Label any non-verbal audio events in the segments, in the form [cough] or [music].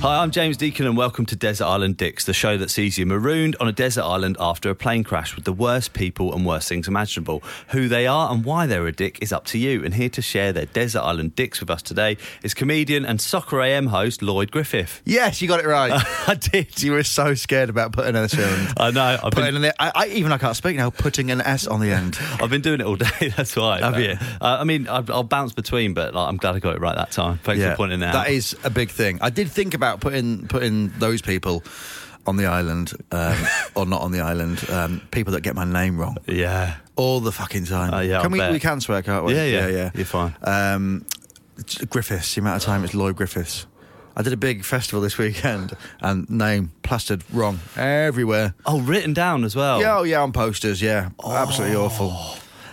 Hi, I'm James Deacon, and welcome to Desert Island Dicks, the show that sees you marooned on a desert island after a plane crash with the worst people and worst things imaginable. Who they are and why they're a dick is up to you, and here to share their Desert Island Dicks with us today is comedian and Soccer AM host Lloyd Griffith. [laughs] Yes, you got it right. I did. you were so scared about putting an S on. the [laughs] I know. I've Putting been, an, I, I, even I can't speak now. Putting an S on the [laughs] end. I've been doing it all day. [laughs] That's why. Have you? Uh, I mean, I'll, I'll bounce between, but like, I'm glad I got it right that time. Thanks for pointing that out. That is a big thing. I did think about putting putting those people on the island um, [laughs] or not on the island. Um, people that get my name wrong Yeah. all the fucking time. Oh, yeah, can I we bet. we can swear, can't we? Yeah, yeah. You're fine. Um, it's Griffiths. The amount of time it's Lloyd Griffiths. I did a big festival this weekend and name plastered wrong everywhere. Oh, written down as well. Yeah, oh yeah, on posters. Yeah, absolutely awful.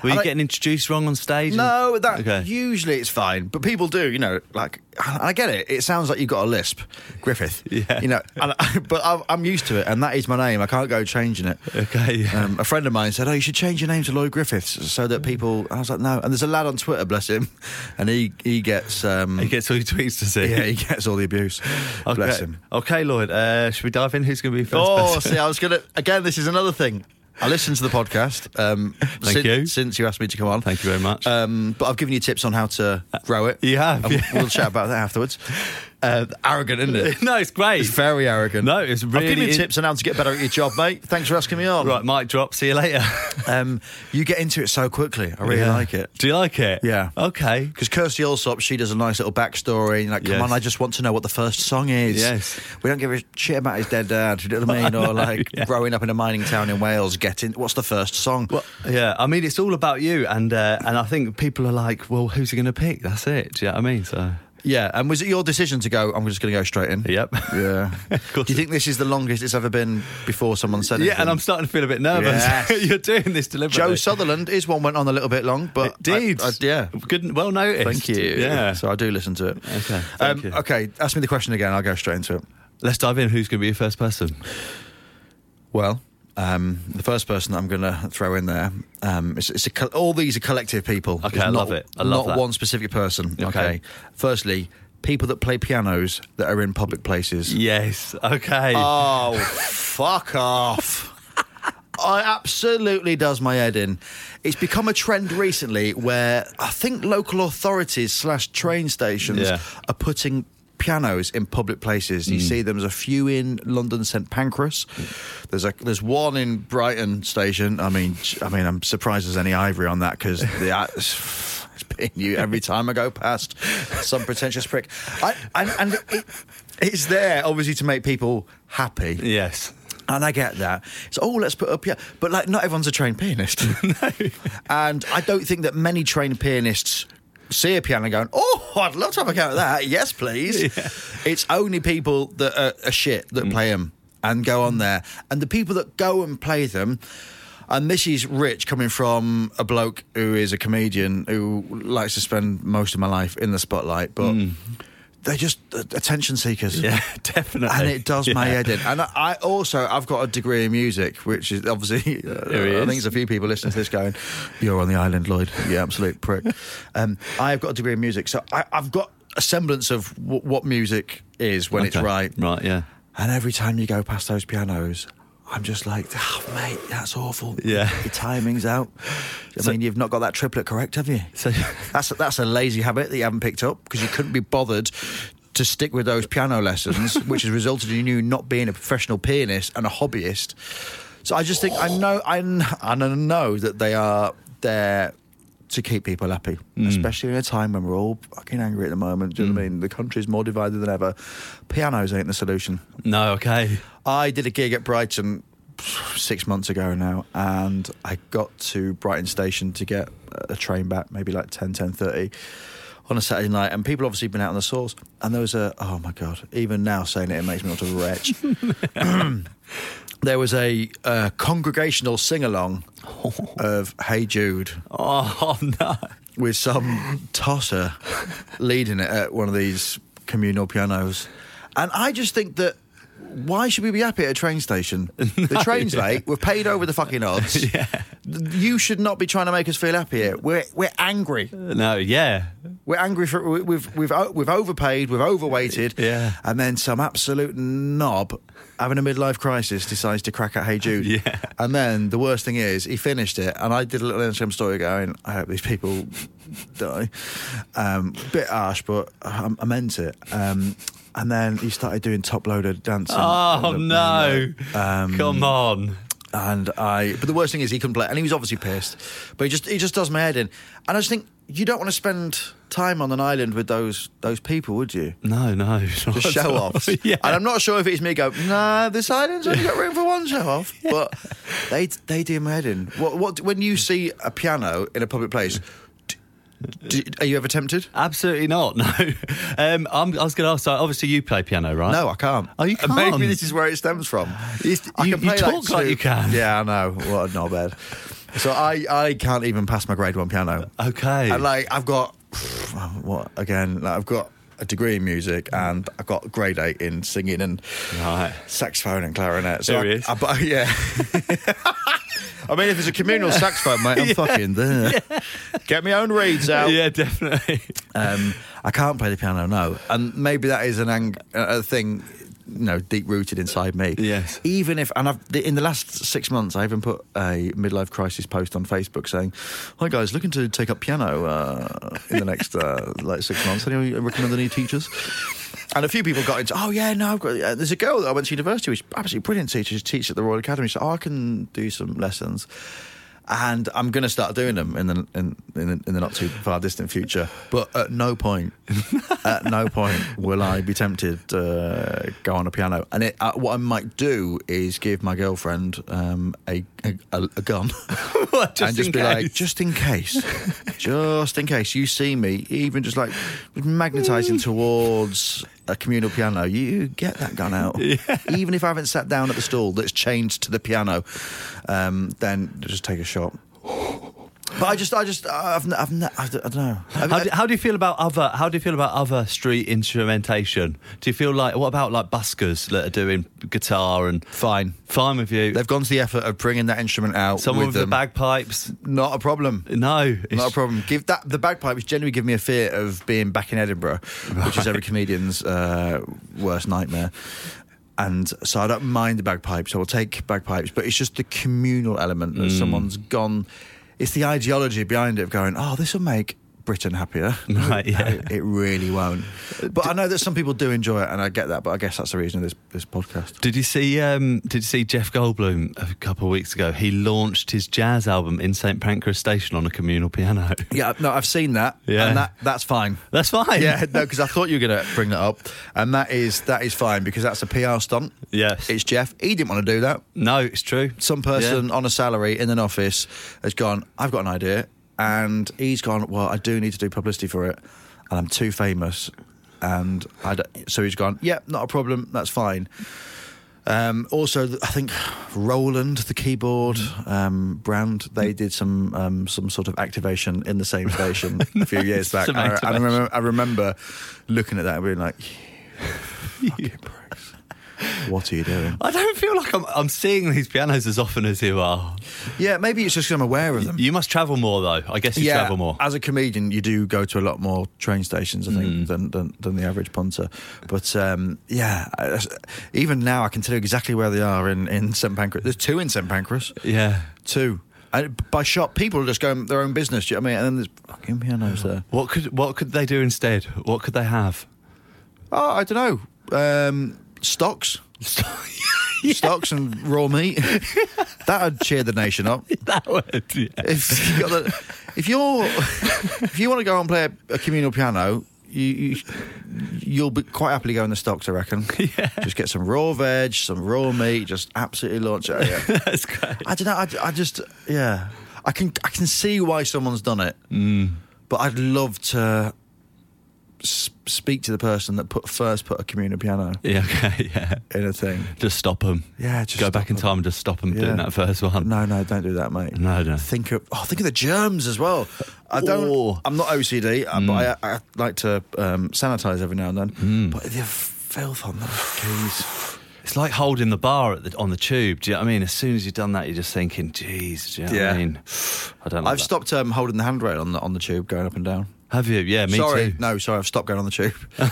Were you I like- getting introduced wrong on stage? No, that Okay. usually it's fine, but people do, you know. Like, I I get it. It sounds like you've got a lisp, Griffith. [laughs] Yeah. you know. And I, [laughs] but I'm- I'm used to it, and that is my name. I can't go changing it. Okay, yeah. Um, a friend of mine said, "Oh, you should change your name to Lloyd Griffiths," so that people. I was like, "No." And there's a lad on Twitter, bless him, [laughs] and he he [laughs] gets. Um, He gets all your tweets to see. yeah, he gets all the abuse. [laughs] Okay. Bless him. Okay, Lloyd. Uh, should we dive in? Who's going to be first? Oh, person? see, I was gonna. Again, this is another thing. I listened to the podcast. Um, [laughs] Thank sin- you. Since you asked me to come [laughs] on, Thank you very much. Um, but I've given you tips on how to grow it. you have, And we'll, yeah. we'll chat about that afterwards. [laughs] Uh, arrogant, isn't [laughs] it? no, it's great. It's very arrogant. No, it's I've given really you in- tips on how to get better at your job, mate. Thanks for asking me on. right, mic drop. See you later. Um, you get into it so quickly. I [laughs] really Yeah. like it. Do you like it? Yeah. Okay. Because Kirsty Allsop, she does a nice little backstory. And like, come Yes. on, I just want to know what the first song is. Yes. We don't give a shit about his dead dad. You know what [laughs] I mean? or like growing up in a mining town in Wales, getting what's the first song? Well, yeah. I mean, it's all about you, and uh, and I think people are like, well, who's he going to pick? That's it. Do you know what I mean? So, Yeah. And was it your decision to go? I'm just going to go straight in. yep. [laughs] [laughs] Yeah. Do you think this is the longest it's ever been before someone said uh, it? Yeah, and I'm starting to feel a bit nervous. [laughs] Yes. You're doing this deliberately. Joe Sutherland is one went on a little bit long, but I- Indeed. I- yeah. Good. Well noticed. Thank you. Yeah. So I do listen to it. Okay, thank Um, you. okay. Ask me the question again. I'll go straight into it. Let's dive in. Who's going to be your first person? Well, um, the first person I'm going to throw in there, um, it's, it's a, col- all these are collective people. Okay, It's I not, love it. I love not that. one specific person. Okay. Okay. Firstly, people that play pianos that are in public places. Yes. Okay. Oh, fuck off. I absolutely does my head in. It's become a trend recently where I think local authorities slash train stations Yeah. are putting pianos in public places. You see them. There's a few in London St Pancras. There's a there's one in Brighton Station. I mean, j- I mean, I'm surprised there's any ivory on that because the. [laughs] It's been you every time I go past some pretentious prick. I, and and it, it's there obviously to make people happy. yes. And I get that. So, oh, let's put up, yeah. But, like, not everyone's a trained pianist. [laughs] no. And I don't think that many trained pianists see a piano going, oh, I'd love to have a go at that. Yes, please. It's only people that are, are shit that play 'em play them and go on there. And the people that go and play them, and this is rich coming from a bloke who is a comedian who likes to spend most of my life in the spotlight, but they're just uh, attention seekers. Yeah, [laughs] definitely. And it does [laughs] my Yeah. head in. And I, I also, I've got a degree in music, which is obviously, [laughs] uh, I There he is. think there's a few people listening to this going, you're on the island, Lloyd. You absolute prick. [laughs] um, I've got a degree in music, so I, I've got a semblance of w- what music is when it's Okay. right. Right. Yeah. And every time you go past those pianos, I'm just like, oh, mate, that's awful. Yeah. Your timing's out. I mean, you've not got that triplet correct, have you? So- [laughs] that's, that's a lazy habit that you haven't picked up because you couldn't be bothered to stick with those [laughs] piano lessons, which has resulted in you not being a professional pianist and a hobbyist. So I just think I know I, kn- I know that they are there to keep people happy, Hmm. especially in a time when we're all fucking angry at the moment. Do you know what I mean? The country's more divided than ever. Pianos ain't the solution. No, okay. I did a gig at Brighton six months ago now, and I got to Brighton Station to get a train back, maybe like 10, 10.30 on a Saturday night. And people obviously been out on the source. And there was a, oh my God, even now saying it, it makes me want to retch. there was a uh, congregational sing along of Hey Jude Oh, [laughs] no. with some tosser leading it at one of these communal pianos. And I just think that why should we be happy at a train station? The train's late. We're paid over the fucking odds. You should not be trying to make us feel happy here. We're we're angry. No, yeah. We're angry for we- we've we've o- we've overpaid. We've overweighted. [laughs] Yeah. And then some absolute knob having a midlife crisis decides to crack at Hey [laughs] Jude. Yeah. And then the worst thing is he finished it, and I did a little Instagram story going, I hope these people [laughs] die. Um, bit harsh, but I, I meant it. Um, and then he started doing top loaded dancing. Oh, no. Um, Come on. and I. But the worst thing is he couldn't play, and he was obviously pissed. But he just he just does my head in, and I just think you don't want to spend time on an island with those those people, would you? No, no. [laughs] not Just at show all. offs. [laughs] yeah. And I'm not sure if it's me going, nah, this island's only got room for one show off. But they they do my head in. What what when you see a piano in a public place, d d are you ever tempted? Absolutely not. [laughs] No. Um, I'm, I was going to ask. So obviously, you play piano, right? No, I can't. Oh, Oh, you And Maybe can't? this is where it stems from. It's- I you- can you play talk like you can. Yeah, I know. What a knobhead. so I, I can't even pass my grade one piano. Okay. And like I've got [sighs] what again? Like I've got a degree in music and I've got grade eight in singing and Right. saxophone and clarinet. So I, Serious? I, but [laughs] yeah. I mean, if it's a communal saxophone, mate, [laughs] I'm fucking there. Get my own reeds out. Yeah, definitely. Um, I can't play the piano, no. And maybe that is an ang- a a thing, you know, deep rooted inside me. Yes. Even if, and I've in the last six months, I even put a midlife crisis post on Facebook saying, "Hi guys, looking to take up piano uh, in the next uh, like six months. Anyone recommend any teachers?" And a few people got into, oh yeah, no, I've got. Uh, there's a girl that I went to university with, she's absolutely brilliant teacher. She teaches at the Royal Academy, so I can do some lessons and I'm going to start doing them in the in, in, the- in the not too far distant future. But at [laughs] no point, at no point will I be tempted to uh, go on a piano. And it, uh, what I might do is give my girlfriend um, a, a [laughs] a gun What, and just just in be like, case? just in [laughs] case, just in case you see me, even just like magnetizing towards a communal piano, you get that gun [laughs] out. Even if I haven't sat down at the stall that's chained to the piano, um, then just take a shot. But I just, I just, I've, n- I've, n- I don't know. I How mean, do, how do you feel about other? How do you feel about other street instrumentation? Do you feel like what about like buskers that are doing guitar and fine. fine with you? They've gone to the effort of bringing that instrument out. Someone with with, the them. bagpipes? not a problem. No, it's, Not a problem. Give that the bagpipes generally give me a fear of being back in Edinburgh, which is every comedian's uh, worst nightmare. And so I don't mind the bagpipes. I will take bagpipes, but it's just the communal element Mm. that someone's gone. It's the ideology behind it of going, oh, this will make Britain happier. [laughs] Right, yeah. No, it really won't. But I know that some people do enjoy it, and I get that. But I guess that's the reason of this this podcast. Did you see? Um, did you see Jeff Goldblum a couple of weeks ago? He launched his jazz album in St Pancras Station on a communal piano. [laughs] Yeah, no, I've seen that, Yeah. and that that's fine. That's fine. [laughs] Yeah, [laughs] no, because I thought you were going to bring that up, and that is that is fine because that's a PR stunt. Yes. it's Jeff. He didn't want to do that. No, it's true. Some person on a salary in an office has gone. I've got an idea, and he's gone. Well, I do need to do publicity for it, and I'm too famous, and I don't- so he's gone. Yeah, not a problem. That's fine. Um, also, th- I think Roland, the keyboard um, brand, they did some um, some sort of activation in the same [laughs] station a few years back. Some I, I, activation. [laughs] remember, I remember looking at that and being like, "You fucking pricks." What are you doing? I don't feel like I'm, I'm seeing these pianos as often as you are. Yeah, maybe it's just 'cause I'm aware of them. You must travel more, though. I guess you Um, yeah, travel more. As a comedian, you do go to a lot more train stations, I think, Mm. than, than than the average punter. But um, yeah, I- even now I can tell you exactly where they are in in St Pancras. There's two in St Pancras. yeah. Two. And by shop, people are just going their own business. Do you know what I mean? And then there's fucking pianos there. What could what could they do instead? What could they have? [laughs] Oh, I don't know. Um, [laughs] stocks. Stocks and raw meat. That'd cheer the nation up. That would. Yeah. If you got the, if you're if you want to go and play a, a communal piano, you, you you'll be quite happily go in the stocks, I reckon. Yeah. Just get some raw veg, some raw meat, just absolutely launch it. at you. That's great. [laughs] I don't know. I, I just yeah. I can I can see why someone's done it, but I'd love to s- speak to the person that put first put a communal piano Yeah. Okay. Yeah. in a thing. Just stop them. Yeah, just go stop back in 'em. time and just stop them Yeah. doing that first one. No, no, don't do that, mate. No, no. Think of oh, think of the germs as well. I don't. Oh. Mm. I'm not OCD, uh but I, I like to um, sanitize every now and then. But the filth on those keys. It's like holding the bar at the, on the tube. Do you know what I mean? As soon as you've done that, you're just thinking, "Jeez, do you know what Yeah. I mean?" I don't. Like I've that. stopped um, holding the handrail on the on the tube going up and down. Have you? Yeah, me sorry, too. no, sorry, I've stopped going on the tube. yeah.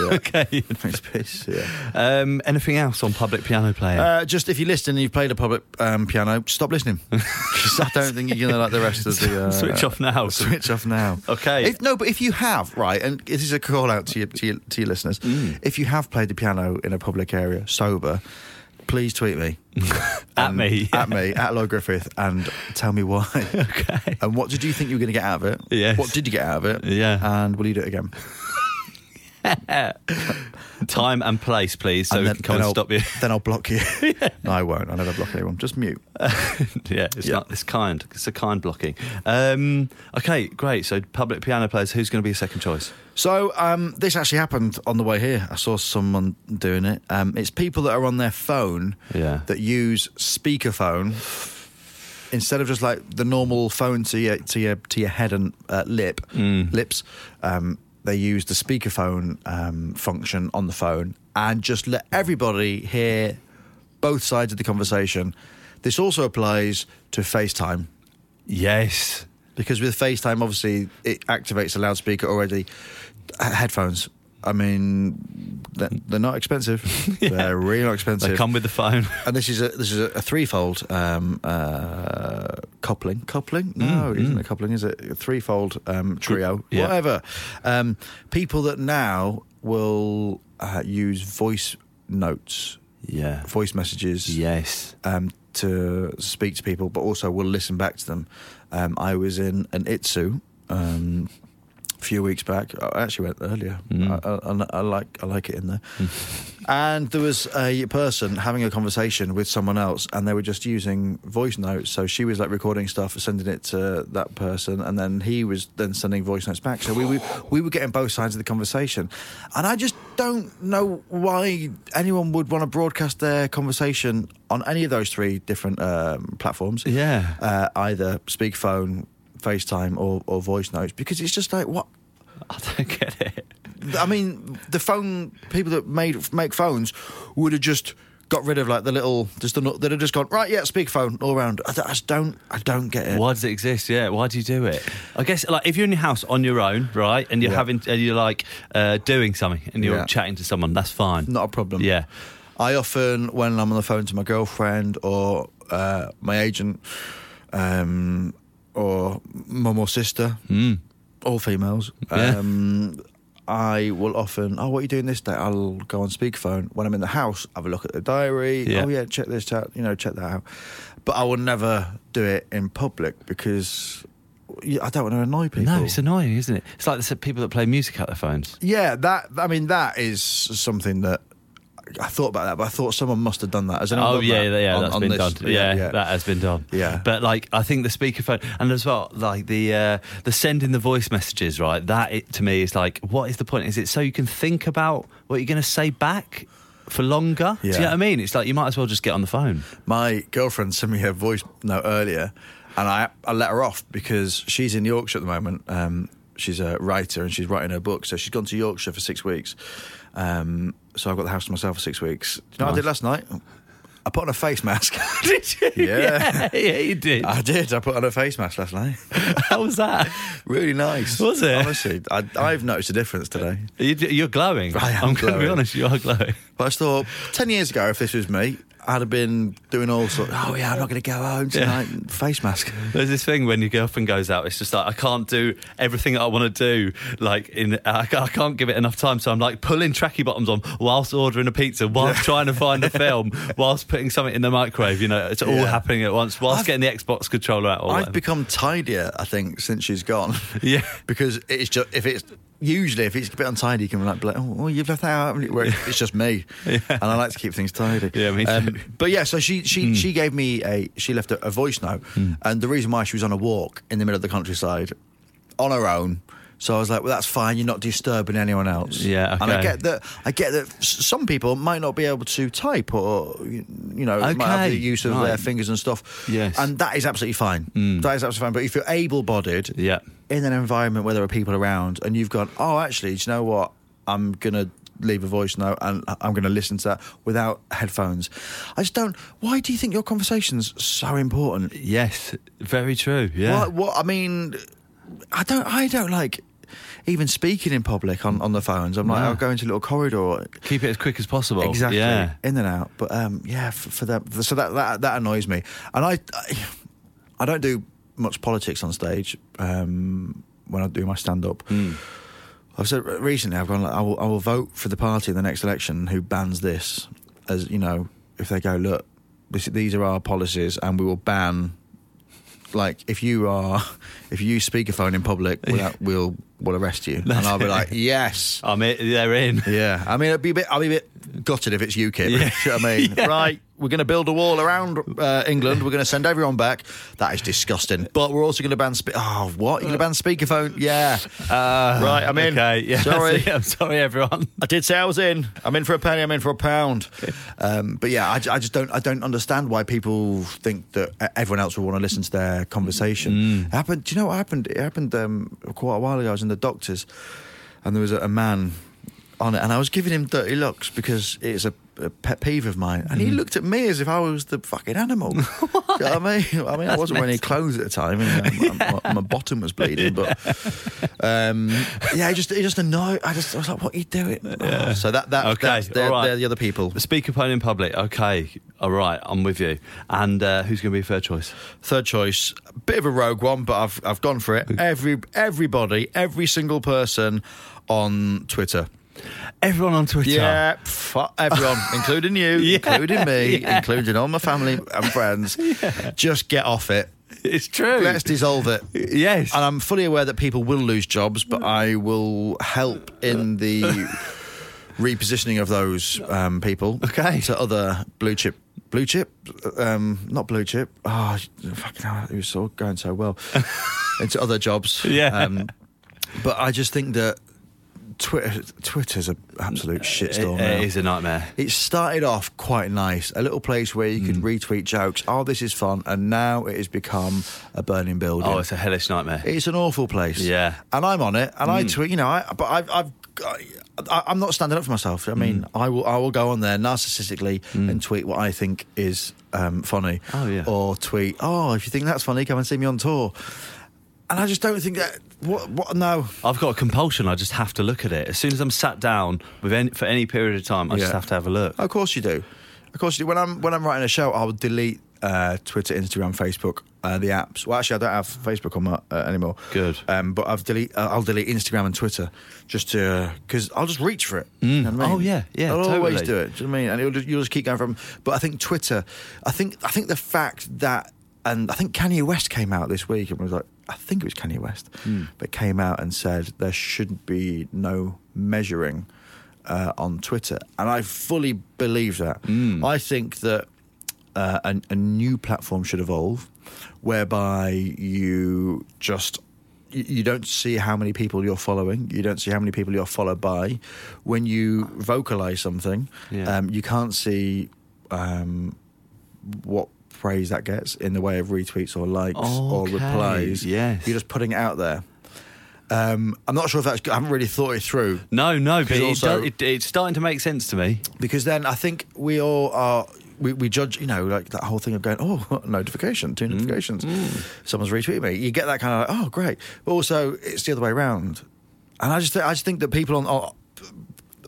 [laughs] Okay. Thanks, peace. Yeah. um, anything else on public piano playing? [laughs] Uh, just if you listen and you've played a public um, piano, stop listening. [laughs] 'Cause I don't think you're gonna like the rest of the [laughs] uh, Switch off now. [laughs] Switch off now. [laughs] Okay. If, no, but if you have right, and this is a call out to your to your, to your listeners, Mm. if you have played the piano in a public area sober, please tweet me [laughs] at [laughs] And- me. at me at Lloyd Griffith and tell me [laughs] why. Okay. And what did you think you were going to get out of it? Yes. What did you get out of it? Yeah. And will you do it again? Time and place, please, so and we can come and I'll, stop you. [laughs] Then I'll block you. No, I won't. I never block anyone. Just mute. yeah, it's Yeah. not. It's kind. It's a kind blocking. Um, okay, great. So public piano players. Who's going to be a second choice? So um, this actually happened on the way here. I saw someone doing it. Um, it's people that are on their phone Yeah. that use speakerphone instead of just like the normal phone to your to your to your head and uh, lip lips. Um, they use the speakerphone um, function on the phone and just let everybody hear both sides of the conversation. This also applies to FaceTime Yes. because with FaceTime, obviously, it activates the loudspeaker already. H- headphones. I mean, they're, they're not expensive. [laughs] They're really not expensive. They come with the phone. and this is a this is a, a threefold um, uh, coupling. Coupling? No, it isn't a coupling. Is it a threefold um, trio? Mm, yeah. Whatever. Um, people that now will uh, use voice notes, yeah. voice messages [laughs] Yes. um, to speak to people, but also will listen back to them. Um, I was in an Itsu um, a few weeks back. I actually went earlier. I, I, I like I like it in there. and there was a person having a conversation with someone else, and they were just using voice notes. So she was like recording stuff, sending it to that person, and then he was then sending voice notes back. So we we, we were getting both sides of the conversation, and I just don't know why anyone would want to broadcast their conversation on any of those three different um, platforms Yeah. uh, either speakerphone, FaceTime, or, or voice notes because it's just like what I don't get it. I mean. The phone people that made make phones would have just got rid of like the little just the that have just gone right. Yeah, speakerphone all around. I, don't- I just don't I don't get it. Why does it exist? Yeah, why do you do it? I guess like if you're in your house on your own, right, and you're Yeah. having and you're like uh, doing something and you're Yeah. chatting to someone, that's fine. Not a problem. Yeah. I often, when I'm on the phone to my girlfriend or uh, my agent um, or mum or sister, all females, Hmm. Yeah. um, I will often, oh, what are you doing this day? I'll go on speakerphone. When I'm in the house, have a look at the diary. Yeah. Oh, yeah, check this out, you know, check that out. But I will never do it in public because I don't want to annoy people. No, it's annoying, isn't it? It's like the people that play music out their phones. Yeah, that I mean that is something that I thought about that, but I thought someone must have done that. Has anyone Oh done yeah, that yeah, on- that's on been this? done. Yeah, yeah. that has been done. Yeah. but like I think the speakerphone and as well like the uh, the sending the voice messages right. That it, to me is like, what is the point? Is it so you can think about what you're going to say back for longer? Do you Yeah. know what I mean? It's like you might as well just get on the [laughs] phone. My girlfriend sent me her voice note earlier, and I I let her off because she's in Yorkshire at the moment. Um, she's a writer and she's writing her book, so she's gone to Yorkshire for six weeks. Um, So I've got the house to myself for six weeks. Do you know what I Nice. did last night? I put on a face mask. [laughs] Did you? Yeah. [laughs] yeah, you did. I did. I put on a face mask last night. [laughs] How was that? Really nice. Was it? Honestly, I, I've noticed a difference today. You, you're glowing. I am I'm going to glowing. be honest. You are glowing. But I just thought, 10 years ago, if this was me, I'd have been doing all sorts. Oh, yeah, I'm not going to go home tonight. Face mask. There's this thing when your girlfriend goes out, it's just like I can't do everything I want to do. Like in, I, ca- I can't give it enough time, so I'm like pulling tracky bottoms on whilst ordering a pizza, whilst trying to [laughs] find a film, whilst putting something in the microwave. You know, it's all Yeah. happening at once. Whilst I've- getting the Xbox controller out. Or I've whatever. become tidier, I think, since she's gone. [laughs] Yeah. [laughs] because it's just, if it's, usually if it's a bit untidy, you can be like, oh, oh, you've left that out. haven't you?" Where It's just [laughs] me. And I like to keep things tidy. Um, Yeah, me too. Hmm. but yeah, so she, she, she gave me a, she left a, a voice note. And the reason why she was on a walk in the middle of the countryside on her own. So I was like, well, that's fine. You're not disturbing anyone else. Yeah, And I okay. get that. I get that s- some people might not be able to type, or you you know, might have Okay, the use of their right. fingers and stuff. Yes. And that is absolutely fine. That is absolutely fine. But if you're able bodied Mm. Yeah. in an environment where there are people around and you've gone, oh, actually, do you know what? I'm going to leave a voice note and I- I'm going to listen to that without headphones. I just don't. Why do you think your conversation's so important? yes, very true. Yeah. What, what, I mean, I don't, I don't like even speaking in public on, on the phones. I'm like, No. I'll go into a little corridor. Keep it as quick as possible. Exactly. Yeah. In and out. But um, yeah, for, for that. So that, that that annoys me. And I, I, I don't do much politics on stage um, when I do my stand up. Hmm. I've said recently, I've gone. Like, I will, I will vote for the party in the next election who bans this. As you know, if they go, look, this, these are our policies, and we will ban. Like if you are, [laughs] if you use speakerphone in public, we'll, we'll we'll [laughs] arrest you. And I'll be like, yes, I'm in, they're in. yeah, I mean, it'd be a bit, I'd be a bit gutted if it's UKIP. [laughs] You know what I mean? Right, we're going to build a wall around uh, England. We're going to send everyone back. That is disgusting. But we're also going to ban. Spe- oh, what? You're going to ban speakerphone? Yeah. Uh, right, I'm in. Okay. Yeah. [laughs] [laughs] Sorry. I'm sorry, everyone. I did say I was in. I'm in for a penny. I'm in for a pound. Um, but yeah, I, j- I just don't. I don't understand why people think that uh, everyone else would want to listen to their conversation. It happened. Do you know what happened? It happened um, quite a while ago. I was in the doctor's, and there was a, a man on it, and I was giving him dirty looks because it's a, a pet peeve of mine, and he looked at me as if I was the fucking animal. Do you know what I mean? I mean, I wasn't wearing any clothes at the time, and um, my- my, my bottom was bleeding, but. Um, yeah, I just, it just annoyed. I just, I was like, "What are you doing?" Oh, so that, that, Okay, that's, they're, all right. they're the other people. Speakerphone in public. Okay. All right. I'm with you. And uh, who's going to be third choice? Third choice, bit of a rogue one, but I've, I've gone for it. Every, everybody, every single person on Twitter. Everyone on Twitter. Yeah, fu- everyone, including you, including me, including all my family and friends. Just get off it. It's true. Let's dissolve it. yes. And I'm fully aware that people will lose jobs, but I will help in the repositioning of those um, people Okay. to other blue chip. Blue chip, um, not blue chip. Oh, fucking hell, it was all going so [laughs] well. Into other jobs. Yeah. Um, but I just think that Twitter, Twitter's an absolute shitstorm. now. it is a nightmare. It started off quite nice, a little place where you could Hmm. retweet jokes. Oh, this is fun, and now it has become a burning building. Oh, it's a hellish nightmare. It's an awful place. Yeah. Hmm. and I'm on it, and I tweet. You know, I, but I've, I've, I, I'm not standing up for myself. I mean, Hmm. I will, I will go on there narcissistically and tweet what I think is um, funny. Oh, yeah. Or tweet, oh, if you think that's funny, come and see me on tour. And I just don't think that. What? What? No. I've got a compulsion. I just have to look at it. As soon as I'm sat down with any, for any period of time, I Yeah. Uh, just have to have a look. Of course you do. Of course you do. When I'm when I'm writing a show, I'll delete uh, Twitter, Instagram, Facebook, uh, the apps. Well, actually, I don't have Facebook on my, uh, anymore. Good. Um, but I've delete. Uh, I'll delete Instagram and Twitter just to because I'll just reach for it. You know what I Oh, mean? yeah, yeah, I'll always totally. do it. Do you know what I mean? And it'll just, you'll just keep going from. But I think Twitter. I think I think the fact that. And I think Kanye West came out this week and was like, I think it was Kanye West, but came out and said there should be no measuring uh, on Twitter, and I fully believe that. I think that uh, a, a new platform should evolve, whereby you just you you don't see how many people you're following. You don't see how many people you're followed by. When you vocalize something, Yeah. um, you can't see um, what praise that gets in the way of retweets or likes or Okay, replies. yes. You're just putting it out there. Um, I'm not sure if that's. good. I haven't really thought it through No, no, but 'Cause it also- does- it- it's starting to make sense to me. because then I think we all are. We, we judge, you know, like that whole thing of going, oh, notification, Mm-hmm. two notifications. Mm. Someone's retweeted me. You get that kind of, like, oh, great. But also, it's the other way around. And I just, th- I just think that people on, on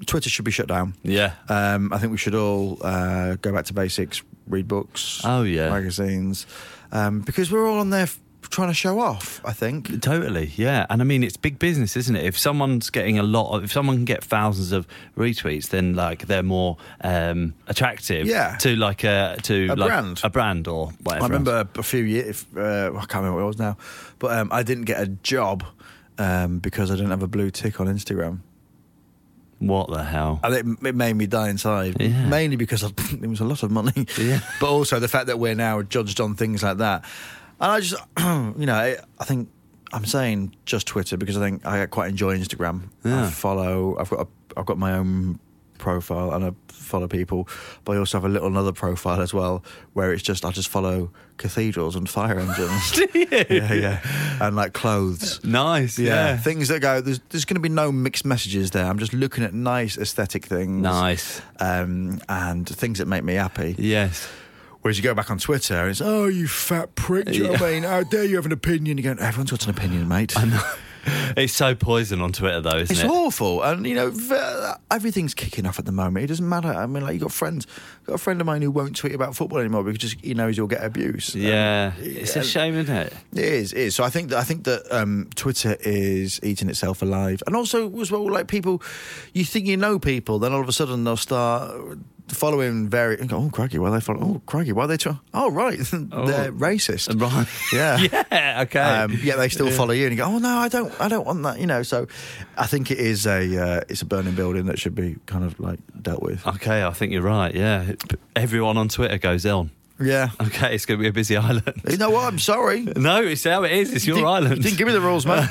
Twitter should be shut down. Yeah. Um, I think we should all uh, go back to basics, read books. Oh, yeah. magazines, um, because we're all on there f- trying to show off. I think. Totally, yeah. And I mean, it's big business, isn't it? If someone's getting a lot of, if someone can get thousands of retweets, then like they're more um, attractive Yeah. to like a, to A like brand. a brand or whatever. I else. remember a few years. Uh, I can't remember what it was now, but um, I didn't get a job um, because I didn't have a blue tick on Instagram, What the hell? and it, it made me die inside. Yeah. Mainly because I, [laughs] it was a lot of money, Yeah. [laughs] but also the fact that we're now judged on things like that. And I just, [clears throat] you know, I, I think I'm saying just Twitter because I think I quite enjoy Instagram. Yeah. I follow. I've got a, I've got my own profile and I follow people, but I also have a little another profile as well where it's just I just follow cathedrals and [laughs] fire engines. yeah, yeah, and like clothes. Nice, Yeah. yeah. things that go. There's, there's going to be no mixed messages there. I'm just looking at nice aesthetic things, Nice. um, and things that make me happy. Yes. Whereas you go back on Twitter, and it's oh you fat prick. Do you know what I mean? How dare you have an opinion? You go, everyone's got an opinion, mate. It's so poison on Twitter, though, isn't It's it? awful, and you know v- everything's kicking off at the moment. It doesn't matter. I mean, like you got friends, got a friend of mine who won't tweet about football anymore because just he knows he'll get abuse. Um, yeah. It's a shame, isn't [laughs] it? It is, it is. So I think that I think that um, Twitter is eating itself alive, and also as well, like people, you think you know people, then all of a sudden they'll start following very. And go, oh craggy, why they follow? Oh craggy, why they? Try? Oh right, [laughs] they're racist. Right. [laughs] Yeah. [laughs] yeah, okay. Um, yet they still follow you, and you go, "Oh no, I don't, I don't want that," you know. So, I think it is a uh, it's a burning building that should be kind of like dealt [laughs] with. okay, I think you're right, yeah. Everyone on Twitter goes on. Yeah, Okay, it's going to be a busy [laughs] island. you know what? [laughs] I'm sorry. No, it's how it is. It's your Didn't- island. Didn't give me the rules, [laughs] man.